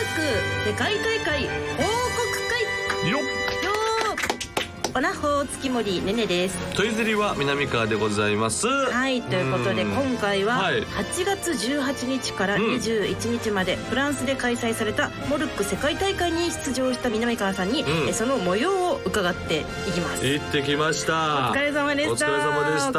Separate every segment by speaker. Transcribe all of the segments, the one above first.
Speaker 1: 世界大会報告会
Speaker 2: よ
Speaker 1: よーおなほー月森ねねです
Speaker 2: っトイズリは南川でございますは
Speaker 1: はいということで
Speaker 2: うん
Speaker 1: 今回は
Speaker 2: はい
Speaker 1: 8月18日から
Speaker 2: うん
Speaker 1: 21日までフランスで開催されたモルック世界大会に出場した南川さんに
Speaker 2: ん
Speaker 1: えその模様を伺っていきます
Speaker 2: 行ってきまし
Speaker 1: お
Speaker 2: た
Speaker 1: 疲れ様でした
Speaker 2: お疲れ様でした
Speaker 1: お帰りなさい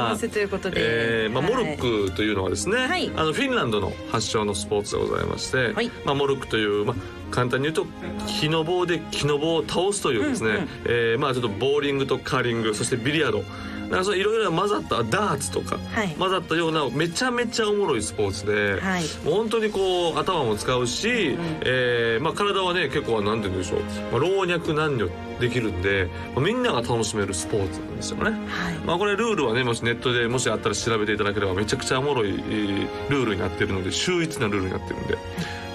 Speaker 1: ませということで
Speaker 2: えーまあ、モル
Speaker 1: はい
Speaker 2: ックというのはですね、
Speaker 1: はい
Speaker 2: あのフィンランドの発祥のスポーツでございまして、
Speaker 1: はい
Speaker 2: まあ、モルックという、まあ、簡単に言うと木の棒で木の棒を倒すというですね、
Speaker 1: うんうん
Speaker 2: えーまあ、ちょっとボーリングとカーリングそしてビリヤードなんかそういろいろ混ざったダーツとか、
Speaker 1: はい
Speaker 2: 混ざったようなめちゃめちゃおもろいスポーツで、
Speaker 1: はい
Speaker 2: もう本当にこう頭も使うし、
Speaker 1: ん
Speaker 2: えーまあ、体はね結構なんて言うんでしょう、まあ、老若男女できるんで、まあみんなが楽しめるスポーツなんですよ
Speaker 1: は
Speaker 2: ね。
Speaker 1: い
Speaker 2: まあこれルールはねもしネットでもしあったら調べていただければめちゃくちゃおもろいえールールになってるので秀逸なルールになってるん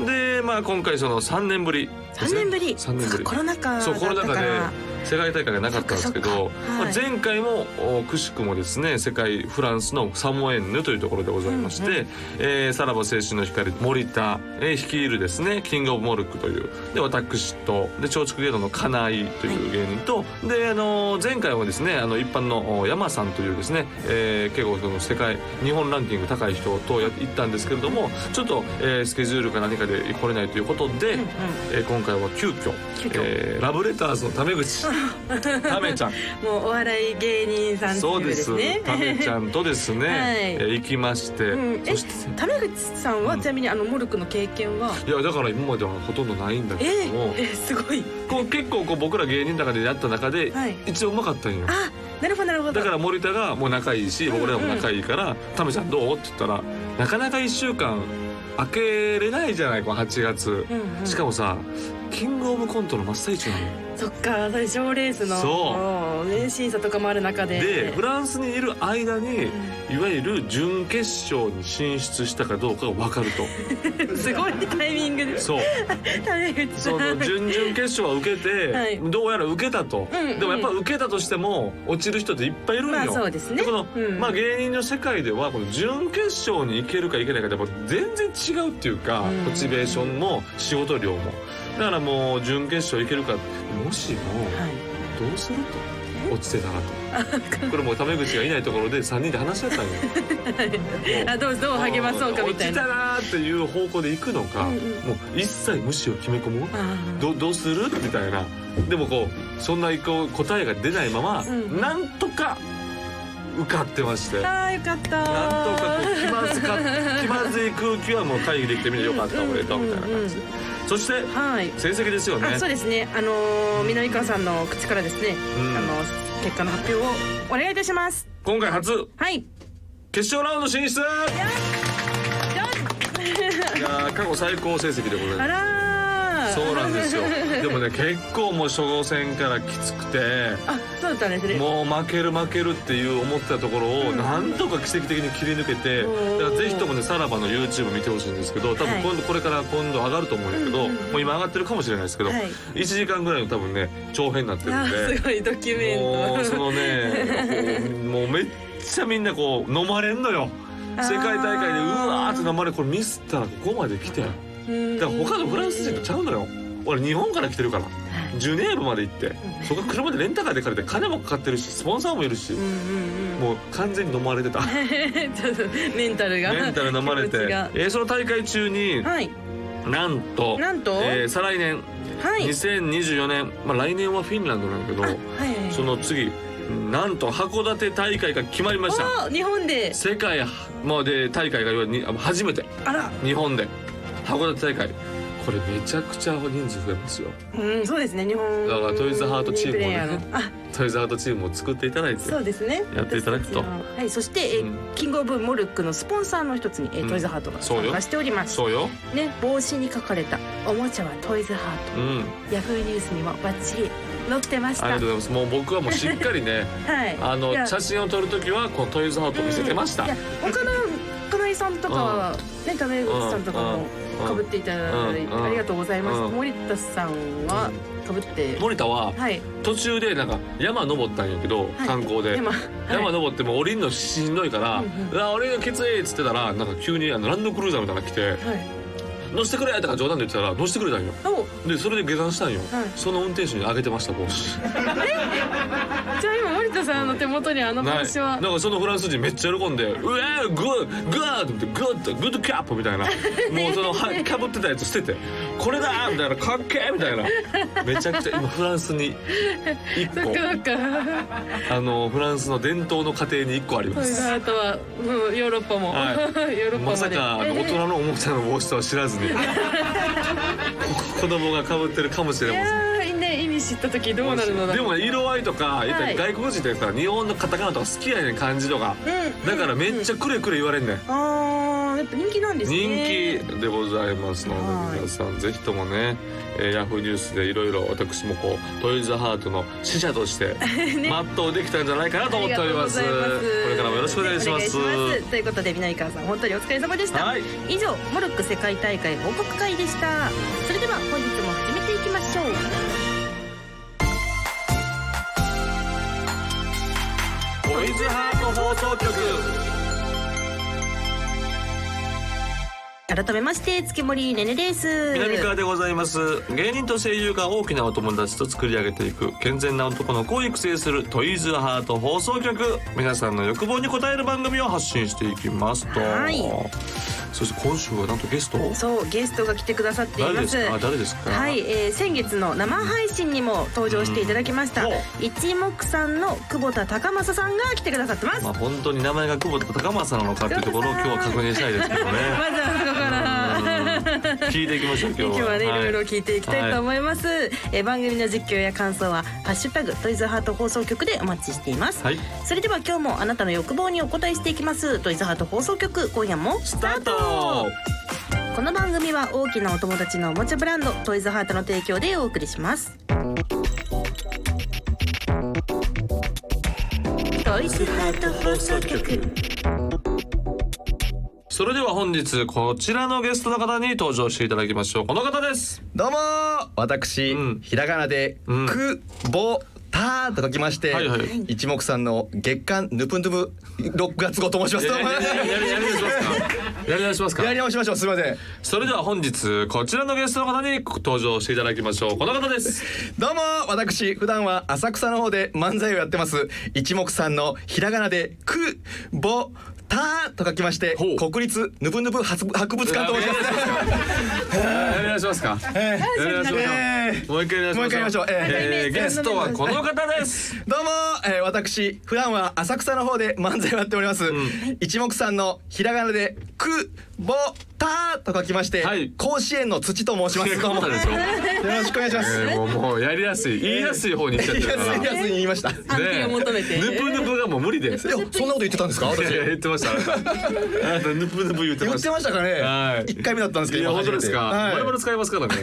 Speaker 2: ででまあ今回その3年ぶりです
Speaker 1: 3
Speaker 2: ね
Speaker 1: 年ぶり
Speaker 2: 3年ぶ
Speaker 1: そっ
Speaker 2: り
Speaker 1: かコロナ禍だ
Speaker 2: そうコロ
Speaker 1: っ
Speaker 2: ナ
Speaker 1: た
Speaker 2: 禍
Speaker 1: か
Speaker 2: で
Speaker 1: ら
Speaker 2: 世界大会がなかったんです
Speaker 1: そ
Speaker 2: け
Speaker 1: っ
Speaker 2: ど
Speaker 1: かそっかはい
Speaker 2: まあ前回もおくしくもですね世界フランスのサモエンヌというところでございまして、
Speaker 1: うんう
Speaker 2: えーさらば青春の光森田、えー率いるですねキングオブモルックというで私とで松竹芸能の金井という芸人と、であのー前回はですねあの一般のお山さんというですね、えー結構その世界日本ランキング高い人とやって行ったんですけれどもちょっと、えースケジュールか何かで来れないということで、
Speaker 1: うんうん
Speaker 2: えー今回は急遽
Speaker 1: 急遽
Speaker 2: えーラブレターズのタメ 口タメちゃん
Speaker 1: もうお笑い芸人さんっていう
Speaker 2: そ
Speaker 1: う
Speaker 2: で
Speaker 1: ですすね
Speaker 2: タメちゃんとですね、
Speaker 1: はい
Speaker 2: えー行きまして、
Speaker 1: うんえ
Speaker 2: そして
Speaker 1: タメ口さんはちなみにあのモルクの経験は、
Speaker 2: いやだから今まではほとんどないんだけ
Speaker 1: え
Speaker 2: ども、
Speaker 1: ー、えーすごい
Speaker 2: こう結構こう僕ら芸人の中でやった中で、
Speaker 1: はい
Speaker 2: 一応うまかったんよ
Speaker 1: あなるほどなるほど
Speaker 2: だから森田がもう仲いいし僕らも仲いいから「タメちゃんどう?」って言ったらなかなか1週間開けれないじゃないこの8月、
Speaker 1: うんうん
Speaker 2: しかもさキングオブコントの真っ最中なのよ
Speaker 1: そっかそれ賞レースの
Speaker 2: そう
Speaker 1: もう年審査とかもある中で
Speaker 2: でフランスにいる間にいわゆる準決勝に進出したかどうかが分かる と
Speaker 1: すごいタイミングで
Speaker 2: そう
Speaker 1: タメ口さん
Speaker 2: その準々決勝は受けて、
Speaker 1: はい
Speaker 2: どうやら受けたと、
Speaker 1: うんうん
Speaker 2: でもやっぱ受けたとしても落ちる人っていっぱいいるんよ、
Speaker 1: まあそうですね
Speaker 2: この、
Speaker 1: うん
Speaker 2: まあ、芸人の世界ではこの準決勝に行けるか行けないかでやっぱ全然違うっていうか、
Speaker 1: うん
Speaker 2: モチベーションも仕事量もだからもう準決勝行けるかもしも
Speaker 1: はい
Speaker 2: どうすると落ちてたらとこれもうタメ口がいないところで3人で話し合ったんよ
Speaker 1: あどうどう励まそうかみたい
Speaker 2: 落ちた
Speaker 1: な
Speaker 2: なーっていう方向で行くのか、
Speaker 1: うんうん
Speaker 2: もう一切無視を決め込もう
Speaker 1: あ
Speaker 2: どどうするみたいなでもこうそんなこう答えが出ないまま、
Speaker 1: うん
Speaker 2: なんとか受かってましてな
Speaker 1: あー
Speaker 2: んと
Speaker 1: よかった
Speaker 2: かこう気まずか気まずい空気はもう会議できてみてよかったおめでとうみたいな感じで
Speaker 1: う
Speaker 2: そして
Speaker 1: はい
Speaker 2: 成績ですよね
Speaker 1: あそうですねあのー南川さんの口からですね、
Speaker 2: ん
Speaker 1: あの結果の発表をお願いいたします
Speaker 2: 今回初
Speaker 1: はい
Speaker 2: 決勝ラウンド進出いやー過去最高成績でございます
Speaker 1: あらー
Speaker 2: そうなんですよでもね結構もう初号戦からきつくて
Speaker 1: あそうだったんですね
Speaker 2: もう負ける負けるっていう思ってたところをなんとか奇跡的に切り抜けて
Speaker 1: うん
Speaker 2: だからぜひともねさらばの YouTube 見てほしいんですけど多
Speaker 1: は
Speaker 2: 分
Speaker 1: い
Speaker 2: 今度これから今度上がると思うんだけど、
Speaker 1: うんうんうん
Speaker 2: もう今上がってるかもしれないですけど、
Speaker 1: はい
Speaker 2: 1時間ぐらいの多分ね長編になってる
Speaker 1: あ
Speaker 2: んで
Speaker 1: すごいドキュメ
Speaker 2: もう
Speaker 1: ン
Speaker 2: そ
Speaker 1: ト
Speaker 2: の ねこうもうめっちゃみんなこう飲まれんのよ
Speaker 1: あー
Speaker 2: 世界大会でうわーって飲まれこれミスったらここまで来て。
Speaker 1: うん
Speaker 2: だから他のフランス人とちゃうのよ俺日本から来てるからジュネーブまで行ってそこから車でレンタカーで借りて金もかかってるしスポンサーもいるし
Speaker 1: うんうんうん
Speaker 2: もう完全に飲まれて た
Speaker 1: ちょっとメンタルが
Speaker 2: メンタル飲まれて
Speaker 1: 気持ちが
Speaker 2: えーその大会中に
Speaker 1: はい
Speaker 2: なんと
Speaker 1: なんと
Speaker 2: えー再来年
Speaker 1: はい
Speaker 2: 2024年まあ来年はフィンランドなんだけ
Speaker 1: あは
Speaker 2: ど
Speaker 1: いはい
Speaker 2: その次なんと函館大会が決まりました
Speaker 1: お日本で
Speaker 2: 世界まで大会が要はに初めて
Speaker 1: あら
Speaker 2: 日本で函館大会これめちゃくちゃ人数増えますよ
Speaker 1: うんそうですね日本
Speaker 2: だからトイズハートチーム
Speaker 1: プ
Speaker 2: もね
Speaker 1: レイヤーのあ
Speaker 2: トイズアートチームを作っていただいて
Speaker 1: そうですね。
Speaker 2: やっていただくと
Speaker 1: 私たちのはい、そして、え
Speaker 2: う
Speaker 1: キングオブモルックのスポンサーの一つに、え
Speaker 2: うん
Speaker 1: トイズハートが
Speaker 2: そうよ
Speaker 1: 参加しております。
Speaker 2: そうよ
Speaker 1: ね、帽子に書かれたおもちゃはトイズハー
Speaker 2: うん
Speaker 1: ト、ヤフーニュースにもバッチリ載ってました。
Speaker 2: ありがとうございますもう僕はもうしっかりね
Speaker 1: はい。
Speaker 2: あの
Speaker 1: いや
Speaker 2: 写真を撮るときはこのトイズハートを見せてました
Speaker 1: いや、他の金井さんとかは、ね、タメ口さんとかも
Speaker 2: うん
Speaker 1: かぶっていただいて
Speaker 2: うん
Speaker 1: ありがとうございます。
Speaker 2: うん
Speaker 1: 森田さんはかぶって、
Speaker 2: 森田は
Speaker 1: はい。
Speaker 2: 途中でなんか山登ったんやけど
Speaker 1: はい
Speaker 2: 観光で
Speaker 1: でも、
Speaker 2: 山
Speaker 1: はい
Speaker 2: 登っても降りんのしんどいから
Speaker 1: うん
Speaker 2: 「
Speaker 1: うん
Speaker 2: うわ俺がきつい」っつってたらなんか急にあのランドクルーザーみたいなの来て
Speaker 1: はい。
Speaker 2: 乗せてくれ!」とか冗談で言ってたら乗せてくれたんよ
Speaker 1: お
Speaker 2: でそれで下山したんよ、
Speaker 1: はい
Speaker 2: その運転手にあげてました帽子
Speaker 3: じゃあ今森田さんの手元にあの
Speaker 2: ない
Speaker 3: 帽子
Speaker 2: な
Speaker 3: は
Speaker 2: んかそのフランス人めっちゃ喜んで「うわーグーグー!」って言って「グッドグッドキャップ!」み たいなもうそのはかぶってたやつ捨てて「これだ!」みたいな「かっけー!」みたいなめちゃくちゃ今フランスに一
Speaker 3: そっか
Speaker 2: 個
Speaker 3: そっか
Speaker 2: あのフランスの伝統の家庭に一個ありま
Speaker 3: それ
Speaker 2: す
Speaker 3: からあとは、うん、ヨーロッパも、
Speaker 2: は
Speaker 3: ヨーロッパまで
Speaker 2: まさかあの大人のおもちゃの帽子とは知らずにこ子供がかぶってるかもしれ
Speaker 3: い
Speaker 2: ません
Speaker 3: やーね意味知った時どうなるのだろう
Speaker 2: でもね色合いとか、
Speaker 3: い
Speaker 2: 外国人ってさ日本のカタカナとか好きやねん漢字とか
Speaker 1: うん
Speaker 2: だからめっちゃくれくれ言われんねん
Speaker 1: あーやっぱ人気なんです
Speaker 2: 人
Speaker 1: ね
Speaker 2: 気でございますの
Speaker 1: はい
Speaker 2: で皆さんぜひともね、えー、ヤフーニュースでいろいろ私もこうトイズハートの使者として 全うできたんじゃないかなと思っております
Speaker 3: ありがとうございます
Speaker 2: これからもよろしくお願いします
Speaker 1: お願いしますということで南川さん本当にお疲れ様でした、
Speaker 2: はい
Speaker 1: 以上モルック世界大会報告会でしたそれでは本日も始めていきましょう
Speaker 2: トイズハート放送局
Speaker 1: 改めまして月森ねねです
Speaker 2: 南川でございます芸人と声優が大きなお友達と作り上げていく健全な男の子を育成するトイズハート放送局皆さんの欲望に応える番組を発信していきますと
Speaker 1: はい
Speaker 2: そして今週はなんとゲスト
Speaker 1: そうゲストが来てくださってい
Speaker 2: 誰
Speaker 1: ま
Speaker 2: ですすか誰ですか
Speaker 1: はい、えー先月の生配信にも登場していただきました、
Speaker 2: うんお
Speaker 1: 一目さんの久保田高政さんが来てくださってます、
Speaker 2: まあ
Speaker 1: ま
Speaker 2: 本当に名前が久保田高政なのかっていうところを今日は確認したいですけど
Speaker 1: ず
Speaker 2: ね
Speaker 1: はそこ から
Speaker 2: うん聞いていきましょう今日は
Speaker 1: 今日はね、い、ろいろ
Speaker 2: い
Speaker 1: 聞いていきたいと思います、えー番組の実況や感想は「ハッシュタグトイズハート放送局」でお待ちしています、
Speaker 2: はい
Speaker 1: それでは今日もあなたの欲望にお答えしていきますトイズハート放送局今夜も
Speaker 2: スタート
Speaker 1: この番組は大きなお友達のおもちゃブランドトイズハートの提供でお送りしますトイズハート放送局
Speaker 2: それでは本日こちらのゲストの方に登場していただきましょうこの方です
Speaker 4: どうもー私、
Speaker 2: うん
Speaker 4: ひらがなで、
Speaker 2: うん
Speaker 4: くぼたと書きまして、
Speaker 2: はいはい
Speaker 4: 一目さんの月刊ヌプンドゥブ6月号と申します。どうも
Speaker 2: やりやり直しますかやり直しますか
Speaker 4: やり直しましょう。すみません。
Speaker 2: それでは本日こちらのゲストの方に登場していただきましょうこの方です
Speaker 4: どうもー私普段は浅草の方で漫才をやってます一目さんのひらがなでくぼたと書きまして
Speaker 2: ほう
Speaker 4: 国立ヌプンドゥブ博物館と申します。
Speaker 2: やり直しますかやり直しますか
Speaker 4: えー
Speaker 2: もう一回やり直しますか
Speaker 4: もう一回やりましょうえ
Speaker 2: えーゲストはこの方です
Speaker 4: どうも、えー、私普段は浅草の方で漫才をやっております、
Speaker 2: ん
Speaker 4: 一目さんのひらがなでくぼたと書きまして、
Speaker 2: はい
Speaker 4: 甲子園の土と申しますどうも
Speaker 2: 方
Speaker 4: よ
Speaker 2: でしょ
Speaker 4: ろしくお願いします、
Speaker 2: えーもうもうやりやすい言いやすい方に行っちゃってるか
Speaker 4: 安い
Speaker 2: ら
Speaker 4: 安いに言いましたい
Speaker 3: 安定を求めて
Speaker 2: ぬぷぬぷがもう無理で
Speaker 4: やそんなこと言ってたんですか
Speaker 2: い
Speaker 4: 私
Speaker 2: やいや言ってましたあなたあなたぬぷぬぷ言って
Speaker 4: 言
Speaker 2: ま
Speaker 4: っ
Speaker 2: してた
Speaker 4: ましたか
Speaker 2: は
Speaker 4: ね
Speaker 2: い
Speaker 4: 一、回目だったんですけ
Speaker 2: い
Speaker 4: ど
Speaker 2: や本当ですか、
Speaker 4: はい
Speaker 2: 我々使いますからね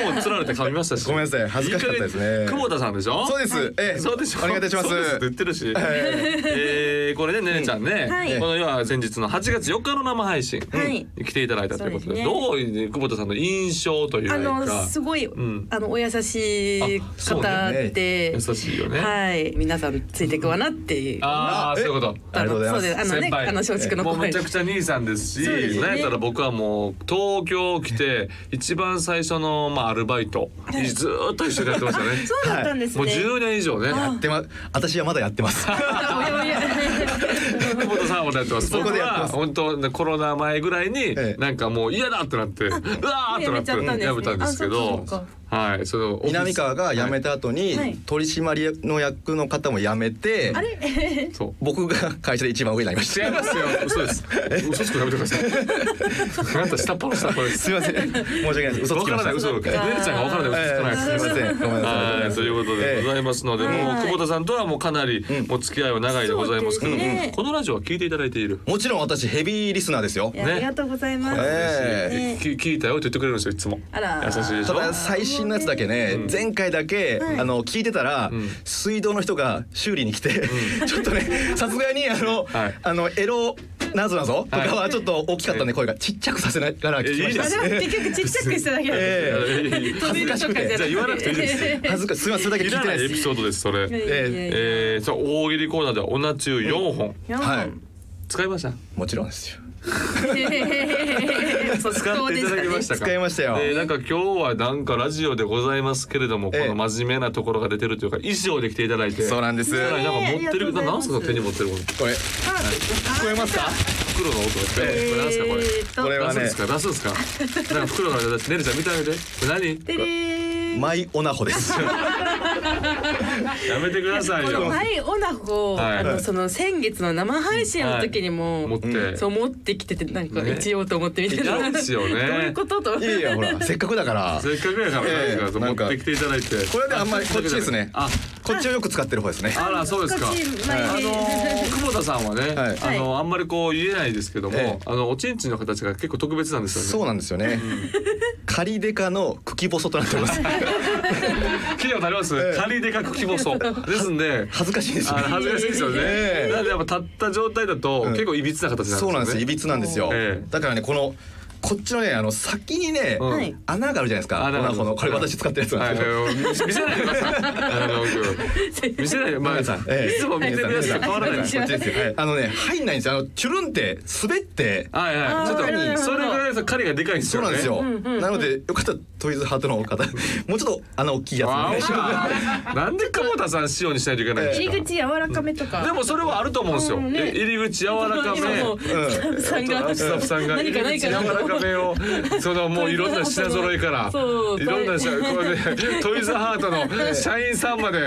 Speaker 2: 僕も釣られて噛みましたし
Speaker 4: ごめんなさい恥ずかしかったですね
Speaker 2: いい加減久保田さんでしょ
Speaker 4: そうです、ええ
Speaker 2: そうでしょ
Speaker 4: お願いいたします
Speaker 2: そうですって言ってるし、えー、これねねねちゃんね、
Speaker 1: はい
Speaker 2: この要は先日の8月4日の生配信、
Speaker 1: はい
Speaker 2: に来ていただいたということで
Speaker 1: そう
Speaker 2: どういう久保田さんの印象という
Speaker 3: あ
Speaker 2: か
Speaker 3: のすごい、
Speaker 2: ん
Speaker 3: あのお優しい
Speaker 2: あそう
Speaker 3: 方
Speaker 4: ね
Speaker 3: で、
Speaker 2: 優しいよね、
Speaker 3: はい皆さんついてくわなっていう
Speaker 2: ああ
Speaker 4: あ
Speaker 2: そういうこと
Speaker 4: ありがとうござい
Speaker 3: そ
Speaker 4: ます
Speaker 3: うですあのね
Speaker 2: 先輩
Speaker 3: あの松竹の
Speaker 2: もう
Speaker 3: 後輩
Speaker 2: めちゃくちゃ兄さんですし
Speaker 3: そうですね
Speaker 2: なんやったら僕はもう東京来て一番最初の、まあ、アルバイトずーっと一緒にやって ましたね
Speaker 1: そうだったんです
Speaker 2: もう
Speaker 1: ね、
Speaker 2: 10年以上ね
Speaker 4: やってま私はまだやってます
Speaker 2: 久保田さんもやってます
Speaker 4: そ
Speaker 2: 僕
Speaker 4: こでやって
Speaker 2: は
Speaker 4: ます
Speaker 2: 本当コロナ前ぐらいに
Speaker 4: ええ
Speaker 2: なんかもう嫌だってなってうわーってな
Speaker 3: や
Speaker 2: って
Speaker 3: めちゃったんですね
Speaker 2: やめたんですけど
Speaker 3: あそうかそう
Speaker 2: はいそのオフィス
Speaker 4: 南川が辞めた後に、
Speaker 3: はい
Speaker 4: 取締役の役の方も辞めて
Speaker 3: あれ
Speaker 2: そう
Speaker 4: 僕が会社で一番上になりました
Speaker 2: 違いますよ嘘です嘘つくのやめてくださ いあなた下っ端の下っ端です
Speaker 4: すみません。申し訳ないです。嘘つ
Speaker 2: わ
Speaker 4: き
Speaker 2: から
Speaker 4: ま
Speaker 2: な
Speaker 4: した。
Speaker 2: い嘘をね
Speaker 4: え
Speaker 2: るちゃんがわからない嘘つかない
Speaker 4: え
Speaker 2: です
Speaker 4: すみません。ごめんなさ
Speaker 2: はい
Speaker 4: い。
Speaker 2: ということでござ
Speaker 4: え
Speaker 2: いますので、
Speaker 1: ええ
Speaker 2: もう
Speaker 1: はい
Speaker 2: 久保田さんとはもうかなりもう付き合いは長いでございますけども、
Speaker 1: そうですね
Speaker 2: このラジオは聞いていただいている。
Speaker 4: えもちろん私ヘビーリスナーですよ
Speaker 1: い。や
Speaker 2: ね
Speaker 1: ありがとうございます、
Speaker 4: え
Speaker 2: き聞いたよって言ってくれるんですよいつも。
Speaker 3: あら
Speaker 2: 優しいで
Speaker 4: え
Speaker 2: しょ
Speaker 4: た。だ最新のやつだけね、前回だけ、あの聞いてたら、
Speaker 2: ん
Speaker 4: 水道の人が修理に来て、ちょっとねさすがにあの、
Speaker 2: はい
Speaker 4: あのエロなぞなぞとか
Speaker 2: は
Speaker 4: はいちょっと大きかったんで声がちっちゃくさせながら聞きました。
Speaker 2: えいいで
Speaker 3: あれは結局ちっちゃくしただけだった
Speaker 4: え
Speaker 3: 飛び出しとかじゃなく
Speaker 2: じゃあ言わなくていいです
Speaker 4: 恥ずかしい。すみませんそれだけ
Speaker 2: い
Speaker 4: 聞い
Speaker 2: ら
Speaker 4: て
Speaker 2: な
Speaker 4: ないい
Speaker 2: エ
Speaker 4: で
Speaker 2: ピ
Speaker 4: す。
Speaker 2: ソードですそれ。
Speaker 3: いやいやいや
Speaker 2: えー、そう大喜利コーナーではおなちゅう4本、
Speaker 1: 四
Speaker 4: はい
Speaker 1: 本。
Speaker 2: 使いました
Speaker 4: もちろんですよ。
Speaker 3: そう
Speaker 2: 使っていただきましたか
Speaker 4: 使いましたよ。
Speaker 2: でなんか今日はなんかラジオでございますけれども、
Speaker 4: ええ
Speaker 2: この真面目なところが出てるというか衣装で来ていただいて
Speaker 4: そうなんです。
Speaker 2: さらになんか持って
Speaker 1: ええありがとうご
Speaker 2: る
Speaker 1: ざい
Speaker 2: 何
Speaker 1: ます
Speaker 2: すか手に持ってるこの
Speaker 4: これ聞こえますか？
Speaker 2: 袋の音が聞こえるこれ何すかこれ
Speaker 4: これはね
Speaker 2: 出すんですか出すんですかなんか袋から出してねるちゃん見てあげてこれ何
Speaker 1: てれー
Speaker 4: マイオナホです。
Speaker 2: やめてください
Speaker 3: この
Speaker 2: よ
Speaker 3: マイオナホを
Speaker 2: はい
Speaker 3: あのその先月の生配信の時に
Speaker 2: 持っ
Speaker 3: も
Speaker 2: て、
Speaker 3: そう持ってきててなんか
Speaker 2: ね
Speaker 3: 一応と思ってみて
Speaker 2: いたんですよね
Speaker 3: どういうことと思っ
Speaker 4: い
Speaker 3: て
Speaker 4: やいやほらせっかくだから。
Speaker 2: せっかくやから、
Speaker 4: ええ
Speaker 2: なんか
Speaker 4: なんか
Speaker 2: 持ってきていただいて
Speaker 4: これであんまりこっちですね
Speaker 2: あ
Speaker 4: こっちをよく使ってる方ですね。
Speaker 2: あらそうですか
Speaker 1: 少し前
Speaker 2: あの
Speaker 1: で
Speaker 2: ー久保田さんはね、
Speaker 4: はい
Speaker 2: あのーあんまりこう言えないですけども、
Speaker 4: ええ
Speaker 2: あのおちんちんの形が結構特別なんですよね。
Speaker 4: そうなんですよね。仮デカの茎細となってます。
Speaker 2: 企業になります、
Speaker 4: ええ
Speaker 2: 仮でかく希望そうですん で
Speaker 4: 恥ずかしいです
Speaker 2: あ
Speaker 4: よね。
Speaker 2: 恥ずかしいですよね、
Speaker 4: ええ
Speaker 2: なんでやっぱ立った状態だと、
Speaker 4: うん
Speaker 2: 結構いびつな形なんですよね
Speaker 4: そうなんですよ。いびつなんですよ
Speaker 2: ええ。
Speaker 4: だからねこのこっちのねあの先にね
Speaker 2: うん
Speaker 1: はい
Speaker 4: 穴があるじゃないですか。
Speaker 2: 穴がある
Speaker 4: オナホのこれ私使ってるやつ
Speaker 2: は
Speaker 4: なん
Speaker 2: い
Speaker 4: ですけど。
Speaker 2: あの見せないでくださいあの僕見せないでまあい
Speaker 4: 皆さんええ
Speaker 2: つも見てるやつと変わらないです
Speaker 4: こっちですよはいあのね入んないんですよ。あのチュルンって滑って。
Speaker 2: はいはいちょっ
Speaker 1: あーなるほど
Speaker 2: とそれぐらいさ狩りがでかいんです
Speaker 4: そう
Speaker 2: よね
Speaker 4: なんですよ。なのでよかったらトイズハートの方、もうちょっと穴大きいやつお
Speaker 2: あ
Speaker 4: 願いしま
Speaker 2: ーなんで久保田さん仕様にしないといけないんです
Speaker 3: 入
Speaker 2: か
Speaker 3: り口柔らかめとか
Speaker 2: でもそれはあると思うんですよ。
Speaker 3: うんね
Speaker 2: え入り口柔らか
Speaker 3: そう
Speaker 2: め。
Speaker 3: そう
Speaker 4: うん
Speaker 3: スタッフさんが
Speaker 2: スタッフさんが入
Speaker 3: 何
Speaker 2: り
Speaker 3: かない
Speaker 2: 口
Speaker 3: か
Speaker 2: 柔
Speaker 3: な
Speaker 2: らかめをそのもういろんな品揃えから
Speaker 3: そう
Speaker 2: いろんな品これでトイズハートの社員さんまで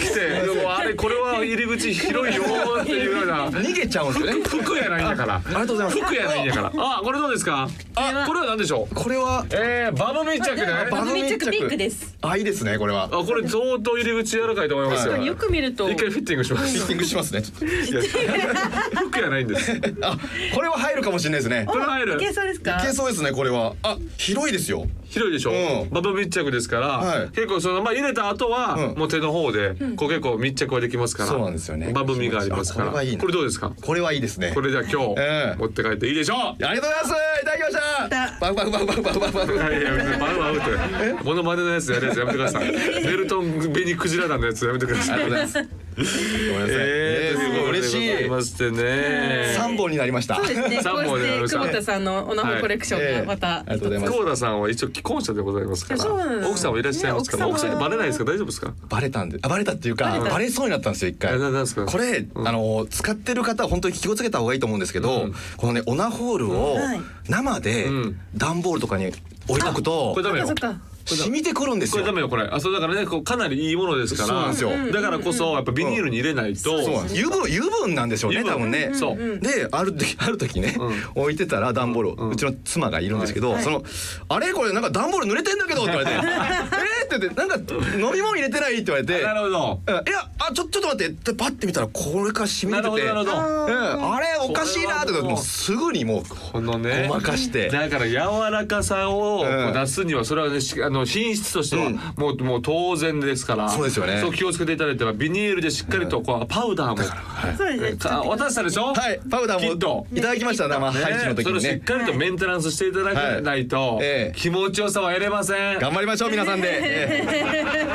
Speaker 2: 来てでもあれこれは入り口広いよーっていうような
Speaker 4: す。逃げちゃうんですよね。
Speaker 2: 服やないんだから
Speaker 4: ありがとうございます。
Speaker 2: 服やないんだからあこれどうですかあこれは何でしょう
Speaker 4: これは
Speaker 2: えーバブ密着ね
Speaker 4: バ
Speaker 2: あ
Speaker 4: ブ密着
Speaker 3: ピンクです
Speaker 4: あいいですねこれは。
Speaker 2: これ相当入り口柔らかいと思いますよ
Speaker 4: はい
Speaker 3: よく見ると
Speaker 2: 一回フィッティングしま
Speaker 4: フィ
Speaker 2: す
Speaker 4: ッティングしますね。ちょっと
Speaker 2: 服やないんです
Speaker 4: あこれは入るかもしれないですね。
Speaker 2: これ入る
Speaker 1: いけそうですか
Speaker 4: いけそうですねこれは。あ広いですよ。
Speaker 2: 広いでしょ、
Speaker 4: うん
Speaker 2: バブ密着ですから、
Speaker 4: はい
Speaker 2: 結構そのまあ入れた後は、
Speaker 4: うん
Speaker 2: もう手の方でこう結構密着はできますから、
Speaker 4: そうなんですよね
Speaker 2: バブ身がありますから
Speaker 4: あこれはいいな
Speaker 2: どうですか
Speaker 4: これはいいですね。
Speaker 2: これじゃあ今
Speaker 4: ええ
Speaker 2: 日持って帰っていいでしょう、
Speaker 4: ありがとうございます。いただきました。バフバフバフバフバフバフバフ。
Speaker 2: いやいや、別にバウアウって、モノマネのやつやるやつやめてください。ベルトンベニクジラ団のやつやめてくだ
Speaker 4: あ
Speaker 2: さ
Speaker 4: り
Speaker 2: い。
Speaker 4: がとうございます。ごめんなさい。
Speaker 2: え
Speaker 4: え
Speaker 2: え
Speaker 4: ー、すごい嬉
Speaker 2: とうことでございま
Speaker 4: し
Speaker 2: してね
Speaker 4: い。。三本になりました。
Speaker 3: そうですね。
Speaker 2: 三
Speaker 3: こ
Speaker 2: 本
Speaker 3: う
Speaker 2: で
Speaker 3: して久保田さんのオナホコレクションがま
Speaker 4: はい
Speaker 3: た
Speaker 4: ええありがとうございます
Speaker 2: 久保田さんは一応既婚者でございますから
Speaker 3: そうなんです
Speaker 2: 奥さんもいらっしゃいますか
Speaker 3: ね
Speaker 2: ら、奥
Speaker 3: 奥
Speaker 2: さ
Speaker 3: 様は
Speaker 2: んにバレないですか大丈夫ですか
Speaker 4: バレたんで、あバレたっていう
Speaker 3: バ
Speaker 4: か
Speaker 3: レた
Speaker 4: バレそうになったんですよ一
Speaker 2: え
Speaker 4: 回。
Speaker 2: ななんですか
Speaker 4: これ、あの使ってる方は本当に気をつけた方がいいと思うんですけど、
Speaker 2: うん
Speaker 4: このねオナホールを
Speaker 1: はい
Speaker 4: 生で
Speaker 2: うん
Speaker 4: 段ボールとかに置いとくと
Speaker 2: これダメよ
Speaker 3: そっか
Speaker 4: 染みてくるんです
Speaker 2: これ
Speaker 4: よ
Speaker 2: ダ。メよこれあそうだからねこうかなりいいものですから
Speaker 4: そうなんですよ
Speaker 2: だからこそやっぱビニールに入れないと、
Speaker 4: そうなんです油分油分なんでしょうね
Speaker 2: 油
Speaker 4: 多
Speaker 2: 分
Speaker 4: 分ね。
Speaker 2: そう
Speaker 4: である時ある時ね、置いてたら段ボールを、うちの妻がいるんですけど、そのあれこれなんか段ボール濡れてんだけどって言 われて、えーって言ってなんか飲み物入れてないって言われて。
Speaker 2: なるほど
Speaker 4: うんいやあちょちょっと待ってってパッて見たらこれから染み
Speaker 2: な
Speaker 4: 出
Speaker 2: る
Speaker 4: て
Speaker 2: ほ
Speaker 4: て
Speaker 2: どなるほど
Speaker 4: うん、あれおかしいなって
Speaker 2: これはもう
Speaker 4: もうすぐにもう
Speaker 2: このね
Speaker 4: ごまかして
Speaker 2: だから柔らかさを
Speaker 4: うん
Speaker 2: 出すにはそれはねしあの品質としては
Speaker 4: うん
Speaker 2: もう,、もう当然ですから
Speaker 4: そうですよね
Speaker 2: そう気をつけていただいてはビニールでしっかりとこうパウダーも、
Speaker 1: そうですね
Speaker 2: か渡したでしょ
Speaker 4: はいパウダ
Speaker 2: きっ
Speaker 4: ー
Speaker 2: と
Speaker 4: もいただきました生
Speaker 2: ね
Speaker 4: 配信の時
Speaker 2: それを
Speaker 4: に
Speaker 2: しっ
Speaker 4: ね
Speaker 2: かりとメンテナンスしていただかないと、
Speaker 4: はいええ
Speaker 2: 気持ちよさは得れません
Speaker 4: 頑張りましょう皆さんで、 ええ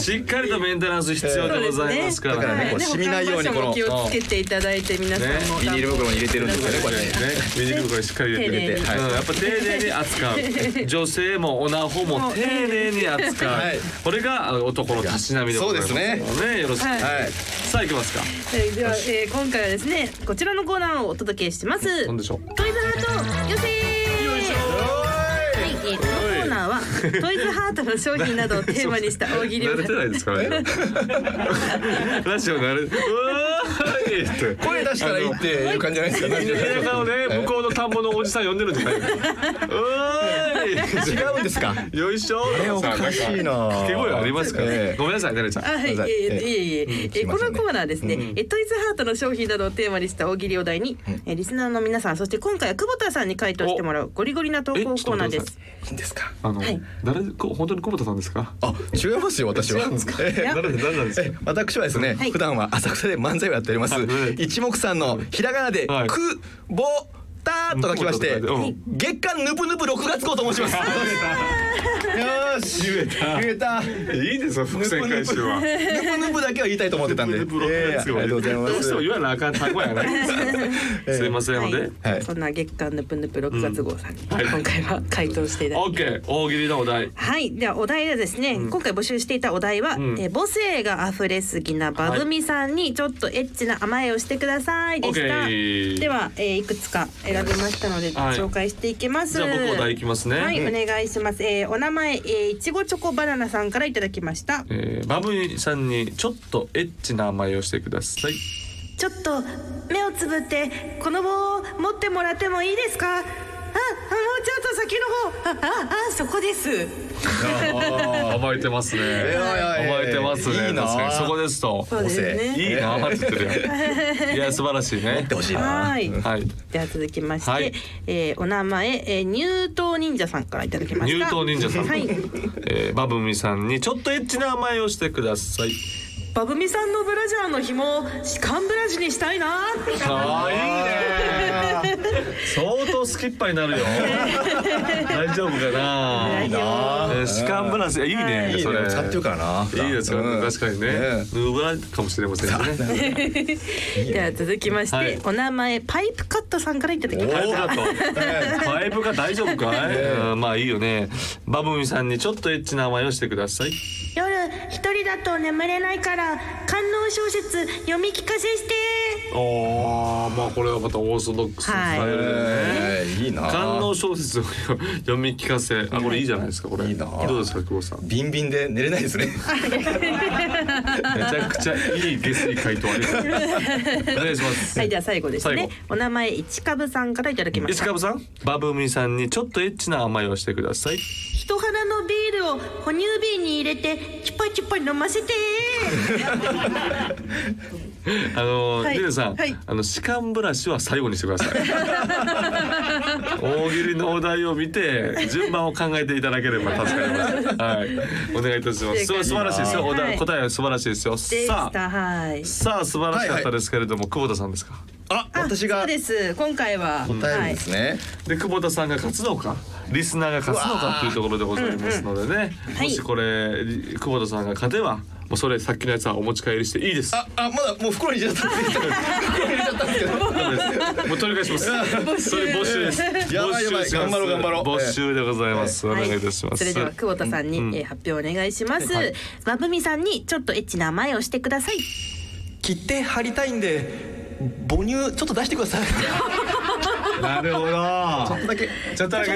Speaker 2: しっかりとメンテナンス必要でございますから
Speaker 4: だからねこう染みないようにこの
Speaker 3: 保管場所も気をつけていただいて皆さんも
Speaker 4: ビニール袋に入れてるんですよねこれね
Speaker 2: ね、ビニール袋にしっかり入れて
Speaker 4: 丁寧に
Speaker 2: うんやっぱ丁寧に扱う。女性もオナホも丁寧に扱う。
Speaker 4: はい
Speaker 2: これが男のたしなみでございます。
Speaker 4: そうです
Speaker 2: ね。よろしく。
Speaker 3: はい
Speaker 4: はい
Speaker 2: さあ行きますか。
Speaker 1: えーでは、えー、今回はですねこちらのコーナーをお届けしてますトイズ
Speaker 2: なんでしょう。
Speaker 1: ハートよせーはい、えーこのコー ナーはトイズハートの商品などをテーマにした大喜利を
Speaker 2: 慣れてないです からね。ラジオ慣れ。うわーいって。
Speaker 4: 声出したらいいっていう感じじゃないですか
Speaker 2: 田舎のね向こうの田んぼのおじさん呼んでるんじゃないの。うわーい。
Speaker 4: 違うんですか
Speaker 2: よいしょ。
Speaker 4: えおかしいな
Speaker 2: 掛け声ありますからね
Speaker 4: ええ
Speaker 2: ごめんなさい、ねるちゃん。
Speaker 1: あはい、えー、
Speaker 4: え
Speaker 1: いえいえ、え
Speaker 4: すい
Speaker 1: ー
Speaker 4: ま
Speaker 1: こ
Speaker 4: せんね
Speaker 1: のコーナーはですね、えートイズハートの商品などをテーマにした大喜利お題に、えーリスナーの皆さんそして今回は久保田さんに回答してもらうゴリゴリな投稿
Speaker 2: えち
Speaker 1: コ
Speaker 2: ょっと
Speaker 1: ーナー
Speaker 2: 待って
Speaker 1: で
Speaker 2: くだ
Speaker 1: す
Speaker 2: さ
Speaker 4: いいんですか
Speaker 2: あの、
Speaker 1: はい
Speaker 2: 誰こ本当に久保田さんですか。
Speaker 4: あ違いますよ私は
Speaker 2: 違うんですか
Speaker 4: ええ
Speaker 2: 誰誰なんですか。
Speaker 4: 私はですね、
Speaker 1: はい
Speaker 4: 普段は浅草で漫才をやっております、
Speaker 2: はい
Speaker 4: 一目散のひらがなで、
Speaker 2: はい
Speaker 4: くぼたと書きまして、
Speaker 2: うん
Speaker 4: 月刊ぬぷぬぷ6月号と申します、
Speaker 2: あ
Speaker 4: よーし言えた言えた
Speaker 2: いいですよ伏線回収は。
Speaker 4: ヌプヌプだけは言いたいと思ってたんで
Speaker 2: ブルブルの
Speaker 4: ええ
Speaker 2: や
Speaker 4: あ
Speaker 2: つ
Speaker 4: り
Speaker 2: が
Speaker 4: がとうございま
Speaker 2: どうして
Speaker 4: す
Speaker 2: も言わなあかん単語やな。すいません
Speaker 1: は
Speaker 2: の
Speaker 1: い
Speaker 2: で。
Speaker 4: はい
Speaker 1: そんな月刊ぬぷぬぷ6月号さんに、
Speaker 2: はい
Speaker 1: 今回は回答していただ
Speaker 2: オ
Speaker 1: い
Speaker 2: ッ
Speaker 1: て
Speaker 2: ケー大喜利のお題。
Speaker 1: はいではお題はですね、今回募集していたお題は、
Speaker 2: うん
Speaker 1: えー母性が溢れすぎなバブミさんにちょっとエッチな甘えをしてくださいでした、
Speaker 2: OK
Speaker 1: では、えーいくつか選びましたので、
Speaker 2: はい
Speaker 1: 紹介していきます
Speaker 2: じゃあ僕お題いきますね。
Speaker 1: はい、
Speaker 2: うん
Speaker 1: お願いします、えー、お名前、えー、いちごチョコバナナさんからいただきました
Speaker 2: えーバブイさんにちょっとエッチな甘えをしてください。
Speaker 1: ちょっと目をつぶってこの棒を持ってもらってもいいですかああもうちょっと先の方あああそこです
Speaker 2: 甘えてますね。
Speaker 4: い
Speaker 2: 甘えてますね。
Speaker 4: いいな
Speaker 2: 確かにそこですと。
Speaker 1: そうです
Speaker 4: 母
Speaker 1: ね
Speaker 2: いいな甘えてるやん。いや素晴らしいね
Speaker 4: って。ほしいな
Speaker 1: はい
Speaker 2: はい。
Speaker 1: では続きまして、
Speaker 2: はい
Speaker 1: えー、お名前、えー、入党忍者さんからいただきまし
Speaker 2: 入
Speaker 1: た
Speaker 2: 党忍者さん。
Speaker 1: はい
Speaker 2: えーバブミさんにちょっとエッチな甘えをしてください。
Speaker 1: バブミさんのブラジャーの紐を歯間ブラジにしたいな
Speaker 2: ああいいね。相当スキッパに なるよ。大丈夫かな。
Speaker 1: いいな
Speaker 2: えー歯間ブラシいいね。
Speaker 4: いい
Speaker 2: そ
Speaker 4: ね
Speaker 2: れ。
Speaker 4: 使ってるからない
Speaker 2: いですよね、確かにね
Speaker 4: ね
Speaker 2: ヌーブラかもしれませんね
Speaker 1: では続きまして、
Speaker 2: はい
Speaker 1: お名前パイプカットさんからいただきまし
Speaker 2: パ
Speaker 1: た
Speaker 2: イプカット
Speaker 4: え
Speaker 2: パイプが大丈夫かい、うんまあいいよねバブミさんにちょっとエッチな甘えをしてください
Speaker 1: 夜一人だと眠れないから観音小説読み聞かせして
Speaker 2: おまあこれはまたオーソドックス
Speaker 1: なスタイル
Speaker 4: えいいな
Speaker 2: 観音小説を読み聞かせあこれいいじゃないですかこれ
Speaker 4: いいな
Speaker 2: どうですか久保さんめ
Speaker 4: ビンビンで寝れないですね
Speaker 2: ちゃくちゃいい下水回答ありがとうご ざいますお願いします
Speaker 1: はいでは最後です
Speaker 2: 最
Speaker 1: ね
Speaker 2: 後
Speaker 1: お名前いちかぶさんからいただきま
Speaker 2: 石
Speaker 1: した
Speaker 2: 川さんバブミさんにちょっとエッチな甘えをしてください
Speaker 1: 人肌のビールを哺乳瓶に入れてチュパチュパ飲ませて
Speaker 2: あの
Speaker 1: はい
Speaker 2: リルさん、
Speaker 1: はい
Speaker 2: あの歯間ブラシは最後にしてください。大喜利のお題を見て順番を考えていただければ助かります。はい、お願いいたしま
Speaker 1: 正
Speaker 2: す。そ
Speaker 1: 解
Speaker 2: う素晴らしいですよ。
Speaker 1: はい
Speaker 2: お題答えは素晴らしいですよ。
Speaker 1: でし
Speaker 2: さあ
Speaker 1: たはい
Speaker 2: さあ素晴らしかったですけれども、久保田さんですか。
Speaker 4: あ
Speaker 1: あ
Speaker 4: 私が
Speaker 1: そうです今回は
Speaker 4: 答えるんですね
Speaker 2: で久保田さんが勝つのかリスナーが勝つのかというところでございますのでね、
Speaker 1: はい
Speaker 2: もしこれり久保田さんが勝てばもうそれさっきのやつはお持ち帰りしていいです。
Speaker 4: ああまだもう袋に入れちゃったんですけど袋に入れちゃったんですけど
Speaker 2: もう取り返します。それ募集です。
Speaker 4: やばいやばい
Speaker 2: 募集します
Speaker 4: 頑張ろう頑張ろう
Speaker 2: 募集でございます。お
Speaker 1: は
Speaker 2: 願いいたします。
Speaker 1: それでは久保田さんに、
Speaker 2: うん
Speaker 1: えー発表お願いします、
Speaker 2: はい
Speaker 1: まぶみさんにちょっとエッチな甘えをしてください
Speaker 5: 切って貼りたいんで母乳ちょっと出してください
Speaker 2: なるほど。
Speaker 4: だけ
Speaker 2: ちょっとだけ。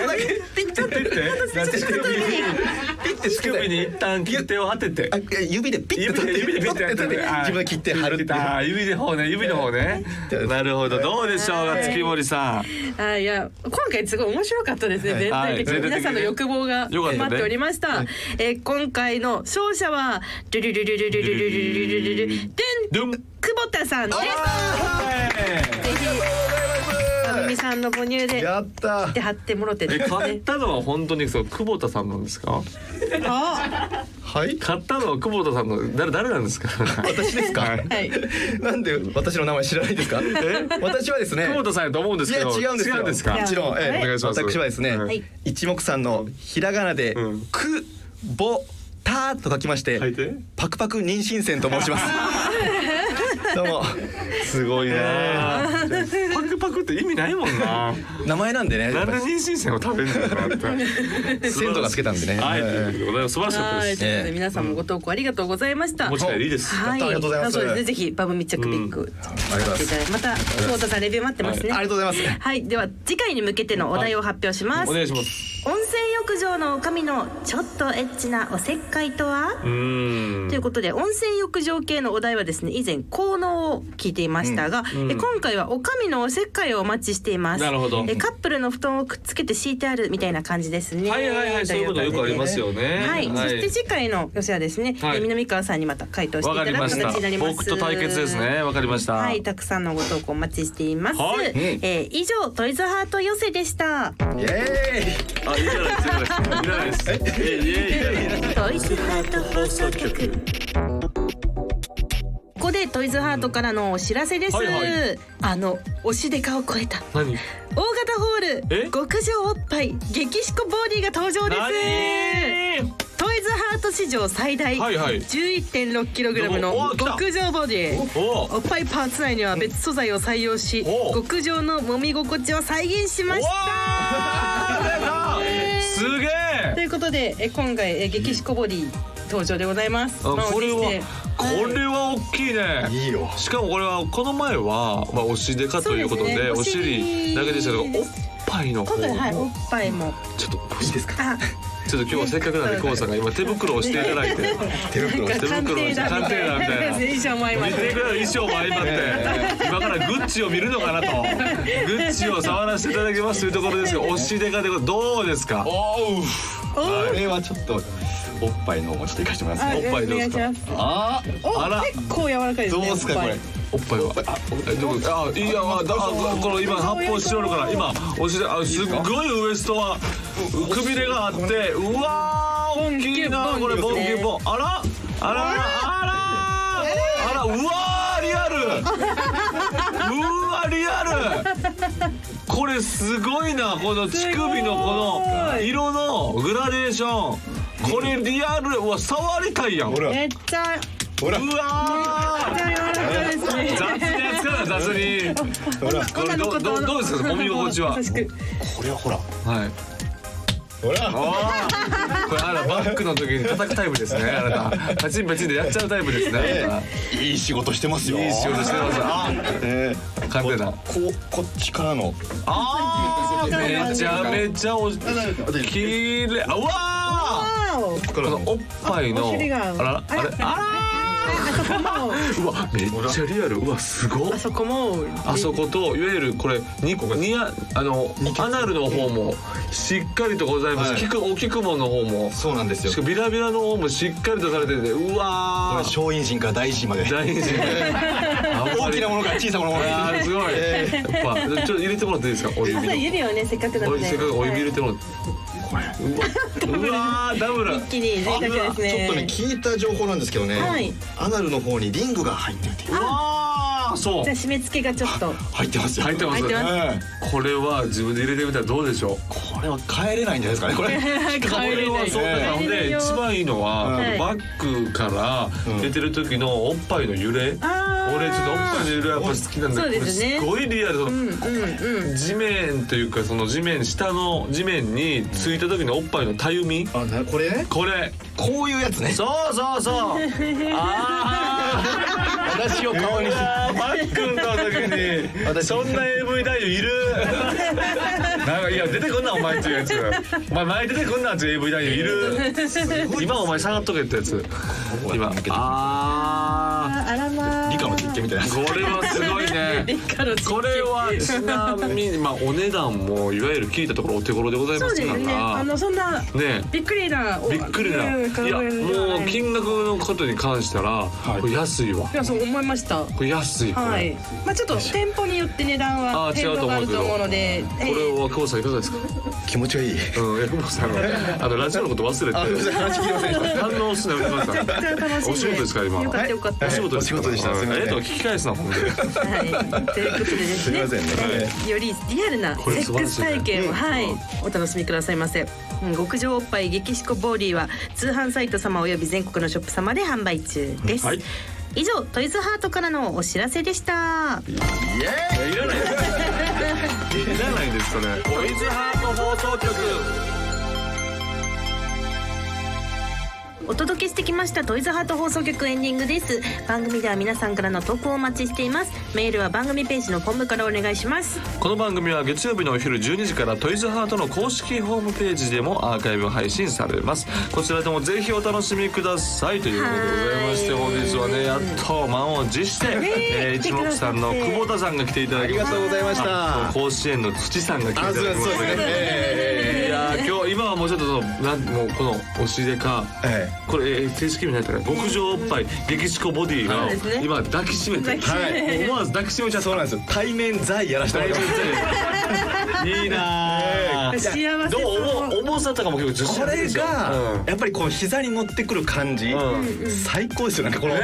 Speaker 2: ピッてって。乳首に
Speaker 4: ピッてつ
Speaker 2: 乳
Speaker 4: け
Speaker 2: 首
Speaker 4: て
Speaker 2: に一旦切手を当てて
Speaker 4: あ。いや指でピッて
Speaker 2: 指
Speaker 4: 取
Speaker 2: で
Speaker 4: って
Speaker 2: 指でピッてやって
Speaker 4: 取って自分で切って貼るっていう
Speaker 2: あー指の方ね指の方ねなるほどどうでしょうか月森さん
Speaker 3: あいや今回すごい面白かったですね全体的
Speaker 2: はい
Speaker 3: に皆さんの欲望が
Speaker 2: よかったね
Speaker 3: 待っておりましたえー今回の勝者はルルルルルルルルルルルルル
Speaker 2: ドゥン
Speaker 3: 久保田さんですぜひ番組さんの母乳で
Speaker 4: やった
Speaker 3: 貼ってもろて
Speaker 2: え
Speaker 3: ですね
Speaker 2: 買ったのは本当にそう久保田さんなんですか
Speaker 4: はい
Speaker 2: 買ったのは久保田さんの誰誰なんですか
Speaker 4: 私ですか、
Speaker 3: はい
Speaker 4: なんで私の名前知らないですか 私はですね
Speaker 2: 久保田さんやと思うんです
Speaker 4: い
Speaker 2: け
Speaker 4: や
Speaker 2: ど
Speaker 4: 違うんですよ
Speaker 2: か
Speaker 4: もちろん、ええ
Speaker 2: お願いします
Speaker 4: 私はですね、
Speaker 2: はい
Speaker 4: 一目散のひらがなで、
Speaker 2: うん
Speaker 4: くぼたと書きまして
Speaker 2: 書いて
Speaker 4: パクパク妊娠線と申しますどうも
Speaker 2: すごいなパクパクって意味ないもん な
Speaker 4: 名前なんでね
Speaker 2: なんで妊娠線を食べるんだろうなって
Speaker 4: 鮮度がつけたんでね
Speaker 2: はいということでございます素晴らしかった
Speaker 3: は
Speaker 2: で
Speaker 3: い
Speaker 2: す
Speaker 3: ということで皆さんもご投稿ありがとうございました
Speaker 2: 持ち帰りいいです
Speaker 3: はい、
Speaker 4: ありがとうございます
Speaker 3: なのでぜひバブ密着ピック、
Speaker 4: ありがとうございます
Speaker 3: また久保田さんレビュー待ってますね。
Speaker 4: ありがとうございます
Speaker 3: はい、では次回に向けてのお題を発表します。
Speaker 2: お願いします
Speaker 1: 温泉浴場の女将のちょっとエッチなおせっかいとは
Speaker 2: うーん
Speaker 1: ということで温泉浴場系のお題はですね以前効能を聞いていましたが、
Speaker 2: ん
Speaker 1: え今回はおかみのおせっかいをお待ちしています
Speaker 2: なるほど
Speaker 1: えカップルの布団をくっつけて敷いてあるみたいな感じですね
Speaker 2: はいはいはいそういうことよくありますよね
Speaker 1: はい、
Speaker 2: はい
Speaker 1: そして次回の寄せはですね、
Speaker 2: はい
Speaker 1: え南川さんにまた回答してい
Speaker 2: わか
Speaker 1: た
Speaker 2: り
Speaker 1: だ
Speaker 2: ま
Speaker 1: く
Speaker 2: した
Speaker 1: 形になります
Speaker 2: 僕と対決ですねわかりました
Speaker 1: はいたくさんのご投稿お待ちしています、
Speaker 2: はい
Speaker 1: えー以上トイズハート寄せでした
Speaker 4: イエーイ
Speaker 2: あいらないですいらないですいらないですえいえいらない
Speaker 1: トイズハート放送局ここでトイズハートからのお知らせです、
Speaker 2: はいは
Speaker 1: あの推しデカを超えた
Speaker 2: 何
Speaker 1: 大型ホー
Speaker 2: え
Speaker 1: ル極上おっぱい激しこボディが登場です
Speaker 2: 何
Speaker 1: 史上最大
Speaker 2: はいはい
Speaker 1: 11.6キログラムの
Speaker 2: おお来た
Speaker 1: 極上ボディ
Speaker 2: お
Speaker 1: おっぱいパーツ内には別素材を採用し
Speaker 2: お
Speaker 1: 極上の揉み心地を再現しました
Speaker 2: わーすげ
Speaker 1: と
Speaker 2: え
Speaker 1: いうことでえ今回え激しこボディ登場でございます
Speaker 2: あ
Speaker 1: 満を
Speaker 2: これ
Speaker 1: 持して
Speaker 2: はこれは大きいね
Speaker 4: いいよ
Speaker 2: しかもこれはこの前は、まあ、お尻でかということで
Speaker 1: そうですね
Speaker 2: お尻だけでしたけど
Speaker 1: お尻で
Speaker 2: おっ
Speaker 1: す
Speaker 2: ぱいの方
Speaker 1: 今回はいお
Speaker 2: も
Speaker 1: っぱいも
Speaker 2: ちょっといいですか
Speaker 1: あ
Speaker 2: ちょっと今日はせっかくなんでコウさんが今手袋をしていただいて
Speaker 4: 手袋を
Speaker 1: な
Speaker 4: し
Speaker 1: ん
Speaker 4: て
Speaker 1: か鑑定だみたいな
Speaker 2: 鑑定 だみたいな
Speaker 1: 衣装も相ま
Speaker 2: 見
Speaker 1: って
Speaker 2: くれの衣装も相まっ て今からグッチを見るのかなとグッチを触らせていただきますというところですがお尻でかでどうですか
Speaker 4: おう
Speaker 1: おー
Speaker 4: これはちょっとおっぱいの方もちょっといかしてもらいます
Speaker 1: はい
Speaker 2: おっぱいどうですか
Speaker 1: お願いします
Speaker 4: あ
Speaker 1: お
Speaker 2: あら
Speaker 1: 結構柔らかいです
Speaker 4: どう
Speaker 1: ね
Speaker 4: ですかこ
Speaker 1: お
Speaker 4: れ
Speaker 1: っ
Speaker 2: おっぱいはあどうあいやあだあこの今発泡しよるから今お尻あすっごいウエストはくびれがあってうわー大きいなこれボンキュボンあらあらあらあらうわーリアルうわリアルこれすごいなこの乳首のこの色のグラデーションこれリアルうわ触りたいやんう
Speaker 4: ほら
Speaker 1: めっちゃ
Speaker 4: ほら
Speaker 2: わー
Speaker 1: 柔らかいですね
Speaker 2: 雑に扱うな雑に
Speaker 4: ほら
Speaker 2: これどうどうどう ですか揉み心地は
Speaker 1: 優しく
Speaker 4: これはほら
Speaker 2: はい
Speaker 4: ほら
Speaker 2: ああこれあらバックの時に叩くタイプですねあなたパチンパチンでやっちゃうタイプですねあない
Speaker 4: い仕事してますよ
Speaker 2: たいい仕事してますあ
Speaker 4: え
Speaker 2: 鑑定だ
Speaker 4: こうこっちからの
Speaker 2: あーめちゃめちゃおきれいあうわあ
Speaker 1: あお
Speaker 4: こ
Speaker 2: このおっぱい
Speaker 1: お
Speaker 2: のあ
Speaker 1: 尻が
Speaker 2: らあれあ
Speaker 1: あそこも
Speaker 2: らうわめっちゃリアルうわすごっ
Speaker 1: あそこも
Speaker 2: あそこといわゆるこれににああのアナルの方もしっかりとございます、
Speaker 4: はい
Speaker 2: 聞くお聞くもの方も
Speaker 4: そうなんですよ
Speaker 2: しかもビラビラの方もしっかりとされててうわー
Speaker 4: 小陰神から大陰神まで
Speaker 2: 大事大
Speaker 4: 大きなものから小さなものまで
Speaker 2: あーすごい、やっぱちょ っと入れてもらっていいですかお指
Speaker 1: あ
Speaker 2: の
Speaker 1: そう指をねせっかくな
Speaker 2: お
Speaker 1: の
Speaker 2: 指
Speaker 1: で
Speaker 2: せっかくお指入れてもらってこれうわうわーダブル
Speaker 1: 一気に贅沢です
Speaker 4: ちょっとね
Speaker 1: ね
Speaker 4: 聞いた情報なんですけどね、
Speaker 1: はい
Speaker 4: アナルの方にリングが入ってるっていう
Speaker 2: うわーそう
Speaker 1: じゃあ締め付けがちょっと
Speaker 4: 入ってますよ
Speaker 2: 入ってます
Speaker 1: 入ってます
Speaker 2: これは自分で入れてみたらどうでしょう
Speaker 4: これは帰れないんじゃないですかねこれ
Speaker 2: これはそうだから
Speaker 1: 帰れない
Speaker 2: で
Speaker 1: よ
Speaker 2: 一番いいのは、
Speaker 1: はい
Speaker 2: バックから出てる時のおっぱいの揺れ、
Speaker 1: あー
Speaker 2: 俺ちょっとおっぱいの揺れやっぱ好きなんで
Speaker 1: そうですね
Speaker 2: これすごいリアルその、
Speaker 1: うんうんうん
Speaker 2: 地面というかその地面下の地面についた時のおっぱいのたゆみ
Speaker 4: あなこれね
Speaker 2: これ
Speaker 4: こういうやつね
Speaker 2: そうそうそうあ
Speaker 4: 私を
Speaker 2: ー
Speaker 4: 顔に
Speaker 2: あーバックの時にそんな AV 男優いる なんかいや出てこんなお前っていうやつお前前出てこんなっていう AV 男優いる今お前下がっとけってやつ今あ
Speaker 1: ああらまあ
Speaker 4: 理科の実験みたいな
Speaker 2: ーこれはすごい ね
Speaker 1: 理科の実験
Speaker 2: これはちなみにまあお値段もいわゆる聞いたところお手頃でござい
Speaker 1: そ
Speaker 2: ま
Speaker 1: う
Speaker 2: す
Speaker 1: で
Speaker 2: か
Speaker 1: すねあ
Speaker 2: ら
Speaker 1: のそんな
Speaker 2: ね
Speaker 1: びっくりなお
Speaker 2: びっくりな
Speaker 1: うん
Speaker 2: いやもう金額のことに関したら
Speaker 4: い
Speaker 2: これ安いわ
Speaker 1: いやそう思いました
Speaker 2: これ安いこ
Speaker 1: は
Speaker 2: れ
Speaker 1: いまあちょっと店舗によって値段
Speaker 2: あ
Speaker 1: は
Speaker 2: ー
Speaker 1: 変動があると思うので
Speaker 2: これは久保さんいかがですか
Speaker 4: 気持ちが いい
Speaker 2: うんいや久保さん あのあのラジオのこと忘れて
Speaker 4: 話聞きま せん
Speaker 2: 反応するのやめてください
Speaker 1: えー楽しん
Speaker 2: お仕事ですか今
Speaker 1: よかったよかった
Speaker 2: お仕事
Speaker 4: お仕事でした
Speaker 2: うん
Speaker 4: すいません
Speaker 2: ありがとう聞き返すなほんで
Speaker 1: はい、ということでですね。
Speaker 4: すいませんね
Speaker 1: はいよりリアルなセ
Speaker 2: これ素
Speaker 1: ッ
Speaker 2: 晴
Speaker 1: ク
Speaker 2: らし
Speaker 1: ス
Speaker 2: いね
Speaker 1: 体験を、はい、お楽しみくださいませ。うん極上おっぱい激しこボーリーは通販サイト様および全国のショップ様で販売中です。
Speaker 2: はい
Speaker 1: 以上トイズハートからのお知らせでした。
Speaker 2: いやいらないですいらないですそれトイズハート放送局
Speaker 1: お届けしてきましたトイズハート放送局エンディングです。番組では皆さんからの投稿をお待ちしています。メールは番組ページのフォームからお願いします。
Speaker 2: この番組は月曜日のお昼12時からトイズハートの公式ホームページでもアーカイブ配信されますこちらでもぜひお楽しみくださいということでございまして
Speaker 1: は
Speaker 2: 本
Speaker 1: ーい
Speaker 2: 日はねやっと満を持して、えー、
Speaker 1: 来て
Speaker 2: 一
Speaker 1: くだ
Speaker 2: 目
Speaker 1: さ
Speaker 2: さ
Speaker 1: っ
Speaker 2: ん
Speaker 1: て
Speaker 2: の久保田さんが来ていただきました
Speaker 4: うございました
Speaker 2: 甲子園の土さんが来ていただ
Speaker 4: あ
Speaker 2: き
Speaker 4: そう
Speaker 2: ま
Speaker 4: そう
Speaker 2: し
Speaker 4: です
Speaker 2: た
Speaker 4: ねえ
Speaker 2: いやー今日今はもうちょっとそのなんもうこのお尻でか
Speaker 4: ええ
Speaker 2: これ、えー正式名になったから極上おっぱい激しこボディ
Speaker 1: そ
Speaker 2: が
Speaker 1: うですね
Speaker 2: 今抱きしめて
Speaker 1: 抱きしめて
Speaker 2: はい思わず抱きしめちゃった
Speaker 4: そうなんですよ対面在やらせてもらいます
Speaker 2: いいな
Speaker 1: 幸せそう
Speaker 2: どう重重さとかも結構
Speaker 4: これが
Speaker 2: ね
Speaker 4: やっぱりこう膝に乗ってくる感じ、
Speaker 2: う
Speaker 4: 最高ですよなんかこの、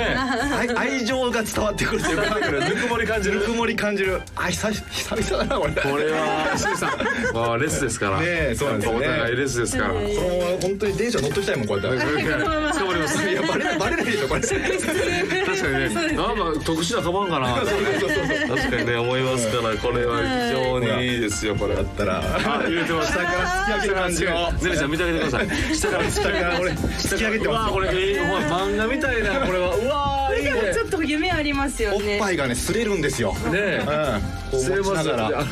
Speaker 4: 愛愛情が伝わってくるという か
Speaker 2: ぬくもり感じ
Speaker 4: ぬ
Speaker 2: る
Speaker 4: くもり感じるあ久々久々だなこれ
Speaker 2: これは石井さんまあレスですから
Speaker 4: ねえそうなんですよね
Speaker 2: お互いレスですから。
Speaker 4: このまま本当に電車乗っときたいもんこうやって。
Speaker 2: 捕まります。
Speaker 4: いやバレ ないバレないでしょこれ。そう
Speaker 2: 確かにね、なんか特殊なカバンかな。
Speaker 4: そうそうそう。
Speaker 2: 確かにね、思いますから、これは非常にいいですよ、これ
Speaker 4: だ。ったら。
Speaker 2: あ、入れてました。
Speaker 4: 下から突き上げる感じを。
Speaker 2: ゼリーちゃん見てあげてください。下から
Speaker 4: 下から俺突き上げて
Speaker 2: うわ
Speaker 4: ま
Speaker 2: ー
Speaker 4: す。
Speaker 2: これえー、ほら漫画みたいなこれはうわーいいね。
Speaker 1: ちょっと夢ありますよ
Speaker 4: おっ
Speaker 1: ね。
Speaker 4: ぱいがね擦れるんですよ。
Speaker 2: ねえ
Speaker 4: うん。こう
Speaker 2: すい
Speaker 4: 持ち
Speaker 2: ま
Speaker 4: な
Speaker 2: せん。
Speaker 4: がら。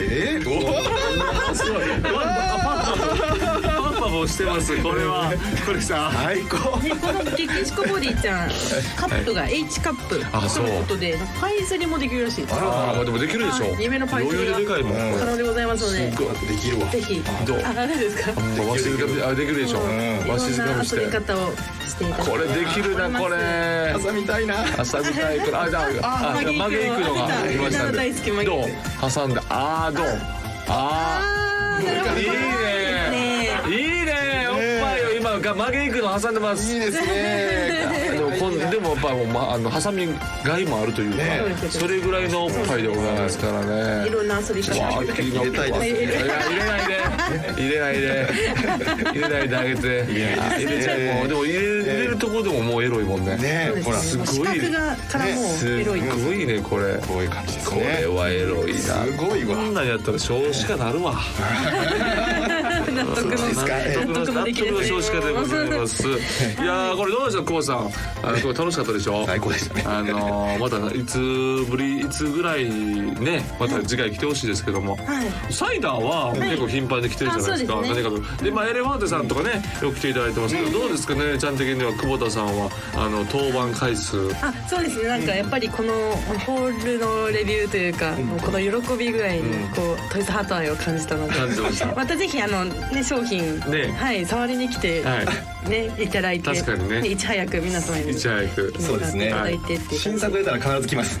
Speaker 4: えー？おー
Speaker 2: すごい。パンパンパンパンをしてます。これはこれさ。
Speaker 4: 最高。
Speaker 1: ね、この激しこボディちゃん、カップが H カップ
Speaker 2: あそう
Speaker 1: ということで、パイ釣りもできるらしいです。
Speaker 2: あらまあでもできるでしょ。
Speaker 1: 夢のパイセン
Speaker 2: 余裕ででかいもん。
Speaker 1: 可能でございますので、ぜ
Speaker 4: できるわ。
Speaker 1: ひ。
Speaker 2: どう？
Speaker 1: あ、何ですか。
Speaker 2: わしづかみあできるでしょ。
Speaker 4: ん
Speaker 2: わし
Speaker 1: い
Speaker 2: づ
Speaker 1: ろん
Speaker 2: か
Speaker 1: な
Speaker 2: みし
Speaker 1: 遊び
Speaker 2: て。
Speaker 1: 方をしていただき
Speaker 2: これできるなこれ。
Speaker 4: 朝みたいな。
Speaker 2: 挟みたいくらいあじゃああ
Speaker 1: あ
Speaker 2: 曲げいくのが
Speaker 1: 曲げ
Speaker 2: 来
Speaker 1: いくの
Speaker 2: ましたん
Speaker 1: 大好き曲
Speaker 2: で
Speaker 1: げ
Speaker 2: どう挟んだあーどうあ
Speaker 1: あー、なるほど。
Speaker 2: ーいいねいいねおっぱいを今が曲げいくの挟んでます
Speaker 4: いいです ね。
Speaker 2: でもこんでもやっぱもうまあのハサミがいもあるという
Speaker 4: ね
Speaker 2: かそれぐらいのおっぱいでございますから
Speaker 1: い
Speaker 2: ね
Speaker 1: ろんな遊び方。
Speaker 2: わあ気になったわいや入れないで入れないで入れないであげてあ入れちゃうもうでも入れ入れるとこでももうエロいもんね
Speaker 4: ねえほら
Speaker 2: す
Speaker 4: す
Speaker 2: ごい
Speaker 1: 資格がからもうエロい。
Speaker 2: すごいねこれ
Speaker 4: ごい感じです
Speaker 2: これ
Speaker 4: ね。
Speaker 2: はエロいな
Speaker 4: すごいわ
Speaker 2: こ。んなんやったら少子化なるわ
Speaker 1: 納得の。
Speaker 4: ですか
Speaker 2: 納得の納得の少子化でございますいやーこれどうでした久保さんあのこれ楽しかったでしょ
Speaker 4: 最高でしたね。
Speaker 2: あのーまたいつぶりいつぐらいにねまた次回来てほしいですけども、サイダーは結構頻繁に来てるじゃないですか、
Speaker 1: はいあそうですね
Speaker 2: 何かとで、まあ、エレファンテさんとかねよく来ていただいてますけど、どうですかねちゃん的には久保田さんはあの登板回数
Speaker 1: あそうですねなんかやっぱりこのホールのレビューというか、もうこの喜び具合にこう、トイズハート愛を感じたので
Speaker 2: 感じました
Speaker 1: またぜひあの、ね、商品、
Speaker 2: ね
Speaker 1: はい、触りに来て、
Speaker 2: はい
Speaker 1: ね、いただいて
Speaker 2: 確かにね
Speaker 1: いち早く皆様に
Speaker 2: いち早く
Speaker 4: そうですね
Speaker 1: いただいてっていう
Speaker 4: 新作出たら必ず来ます。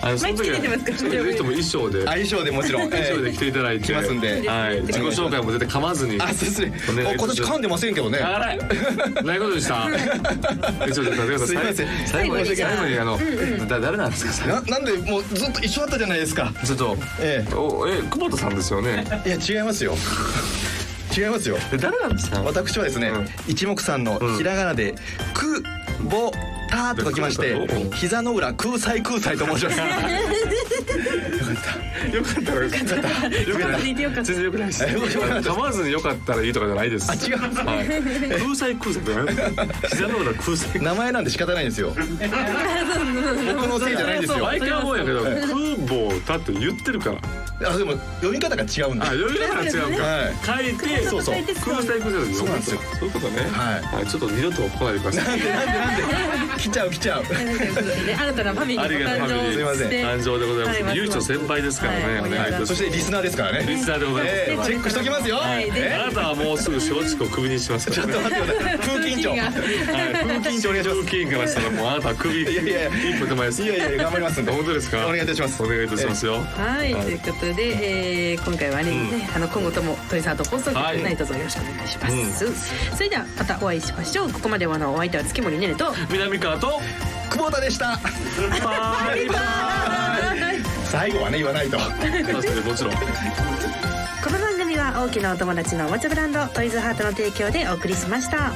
Speaker 2: あのその時は
Speaker 1: 毎月出てますから
Speaker 2: その時はぜひとも衣装で
Speaker 4: 相性でもちろん。
Speaker 2: 衣装で来ていただいて
Speaker 4: 来ますんで
Speaker 2: はい、自己紹介も絶対噛まずに
Speaker 4: あ、失礼。
Speaker 2: お願
Speaker 4: あ
Speaker 2: いし
Speaker 4: 今
Speaker 2: ます
Speaker 4: 年噛んでませんけどね。
Speaker 2: あらないことでした。ちょっと待ってくだ
Speaker 4: すいま
Speaker 2: さ
Speaker 4: せ
Speaker 2: い。
Speaker 4: ん
Speaker 2: 最後に最後にあのだ誰なんですか最後
Speaker 4: ななんでもうずっと一緒だったじゃないですか。
Speaker 2: ちょっと
Speaker 4: え
Speaker 2: おえ久保田さんですよ ね。
Speaker 4: え、いや違いますよ。違いますよ。
Speaker 2: え誰なんですか。
Speaker 4: 私はですね、
Speaker 2: うん
Speaker 4: 一目散のひらがなで、くぼたと書きまし
Speaker 2: くぼた
Speaker 4: て
Speaker 2: お、
Speaker 4: 膝の裏空斎空斎と申し ます。
Speaker 2: よかったよかったよかった
Speaker 1: 聞いてよかった
Speaker 2: 全然よくないです。噛まずによかったらいいとかじゃないです。
Speaker 4: あ違うんです
Speaker 2: はい。空載空載だよ。膝の裏空載。
Speaker 4: 名前なんで仕方ないんです よ。僕のせいじゃないんですよ。
Speaker 2: 毎回思うんやけど空母だって言ってるから。
Speaker 4: あ、でも読み方が違うんで
Speaker 2: あ。読み方が違うか。
Speaker 4: はい。
Speaker 2: 書いて
Speaker 4: そうそう
Speaker 2: 空載空載。
Speaker 4: そうなんですよ。
Speaker 2: そういうことね。
Speaker 4: はい
Speaker 2: はい。ちょっと二度と来ないでください。
Speaker 4: 来ちゃう来ちゃう。
Speaker 1: ということでね新たなファミリ
Speaker 2: あり
Speaker 1: ー
Speaker 2: がとう
Speaker 1: が
Speaker 2: ファミ
Speaker 1: 誕
Speaker 2: リー
Speaker 1: 生して
Speaker 2: 誕生でございます、
Speaker 1: はい
Speaker 2: ゆいちょ先輩ですからね、
Speaker 1: はい
Speaker 2: お願いいたし
Speaker 4: そ
Speaker 2: ま
Speaker 4: し
Speaker 2: す
Speaker 4: てリスナーですから
Speaker 2: リ
Speaker 4: ね。
Speaker 2: スナーでございます、
Speaker 4: えーチェックしときますよ。
Speaker 1: はい
Speaker 2: え
Speaker 1: で
Speaker 2: あなたはもうすぐ松竹をクビにしますから、ね、
Speaker 4: 空気委員長。い
Speaker 2: はい風
Speaker 4: 緊張お願いします
Speaker 2: 風紀委員からしたらもうあなたはクビ
Speaker 4: やいやいや
Speaker 2: 一歩手前です
Speaker 4: やいやいや頑張りますんで。
Speaker 2: 本当ですか
Speaker 4: お願いいたします
Speaker 2: お願いいたしますよ、
Speaker 1: はい、ということで、えー、今回はあれですね、あの今後ともトイサート放送局
Speaker 2: はい
Speaker 1: 何卒よろしくお願いします、それではまたお会いしましょうここまではあのお相手は月森ねねと
Speaker 2: 南川と
Speaker 4: 久保田でした。
Speaker 2: バイバ
Speaker 4: 最後はね言わないと。
Speaker 2: イそうですねもちろん
Speaker 6: この番組は大きなお友達のおもちゃブランドトイズハートの提供でお送りしました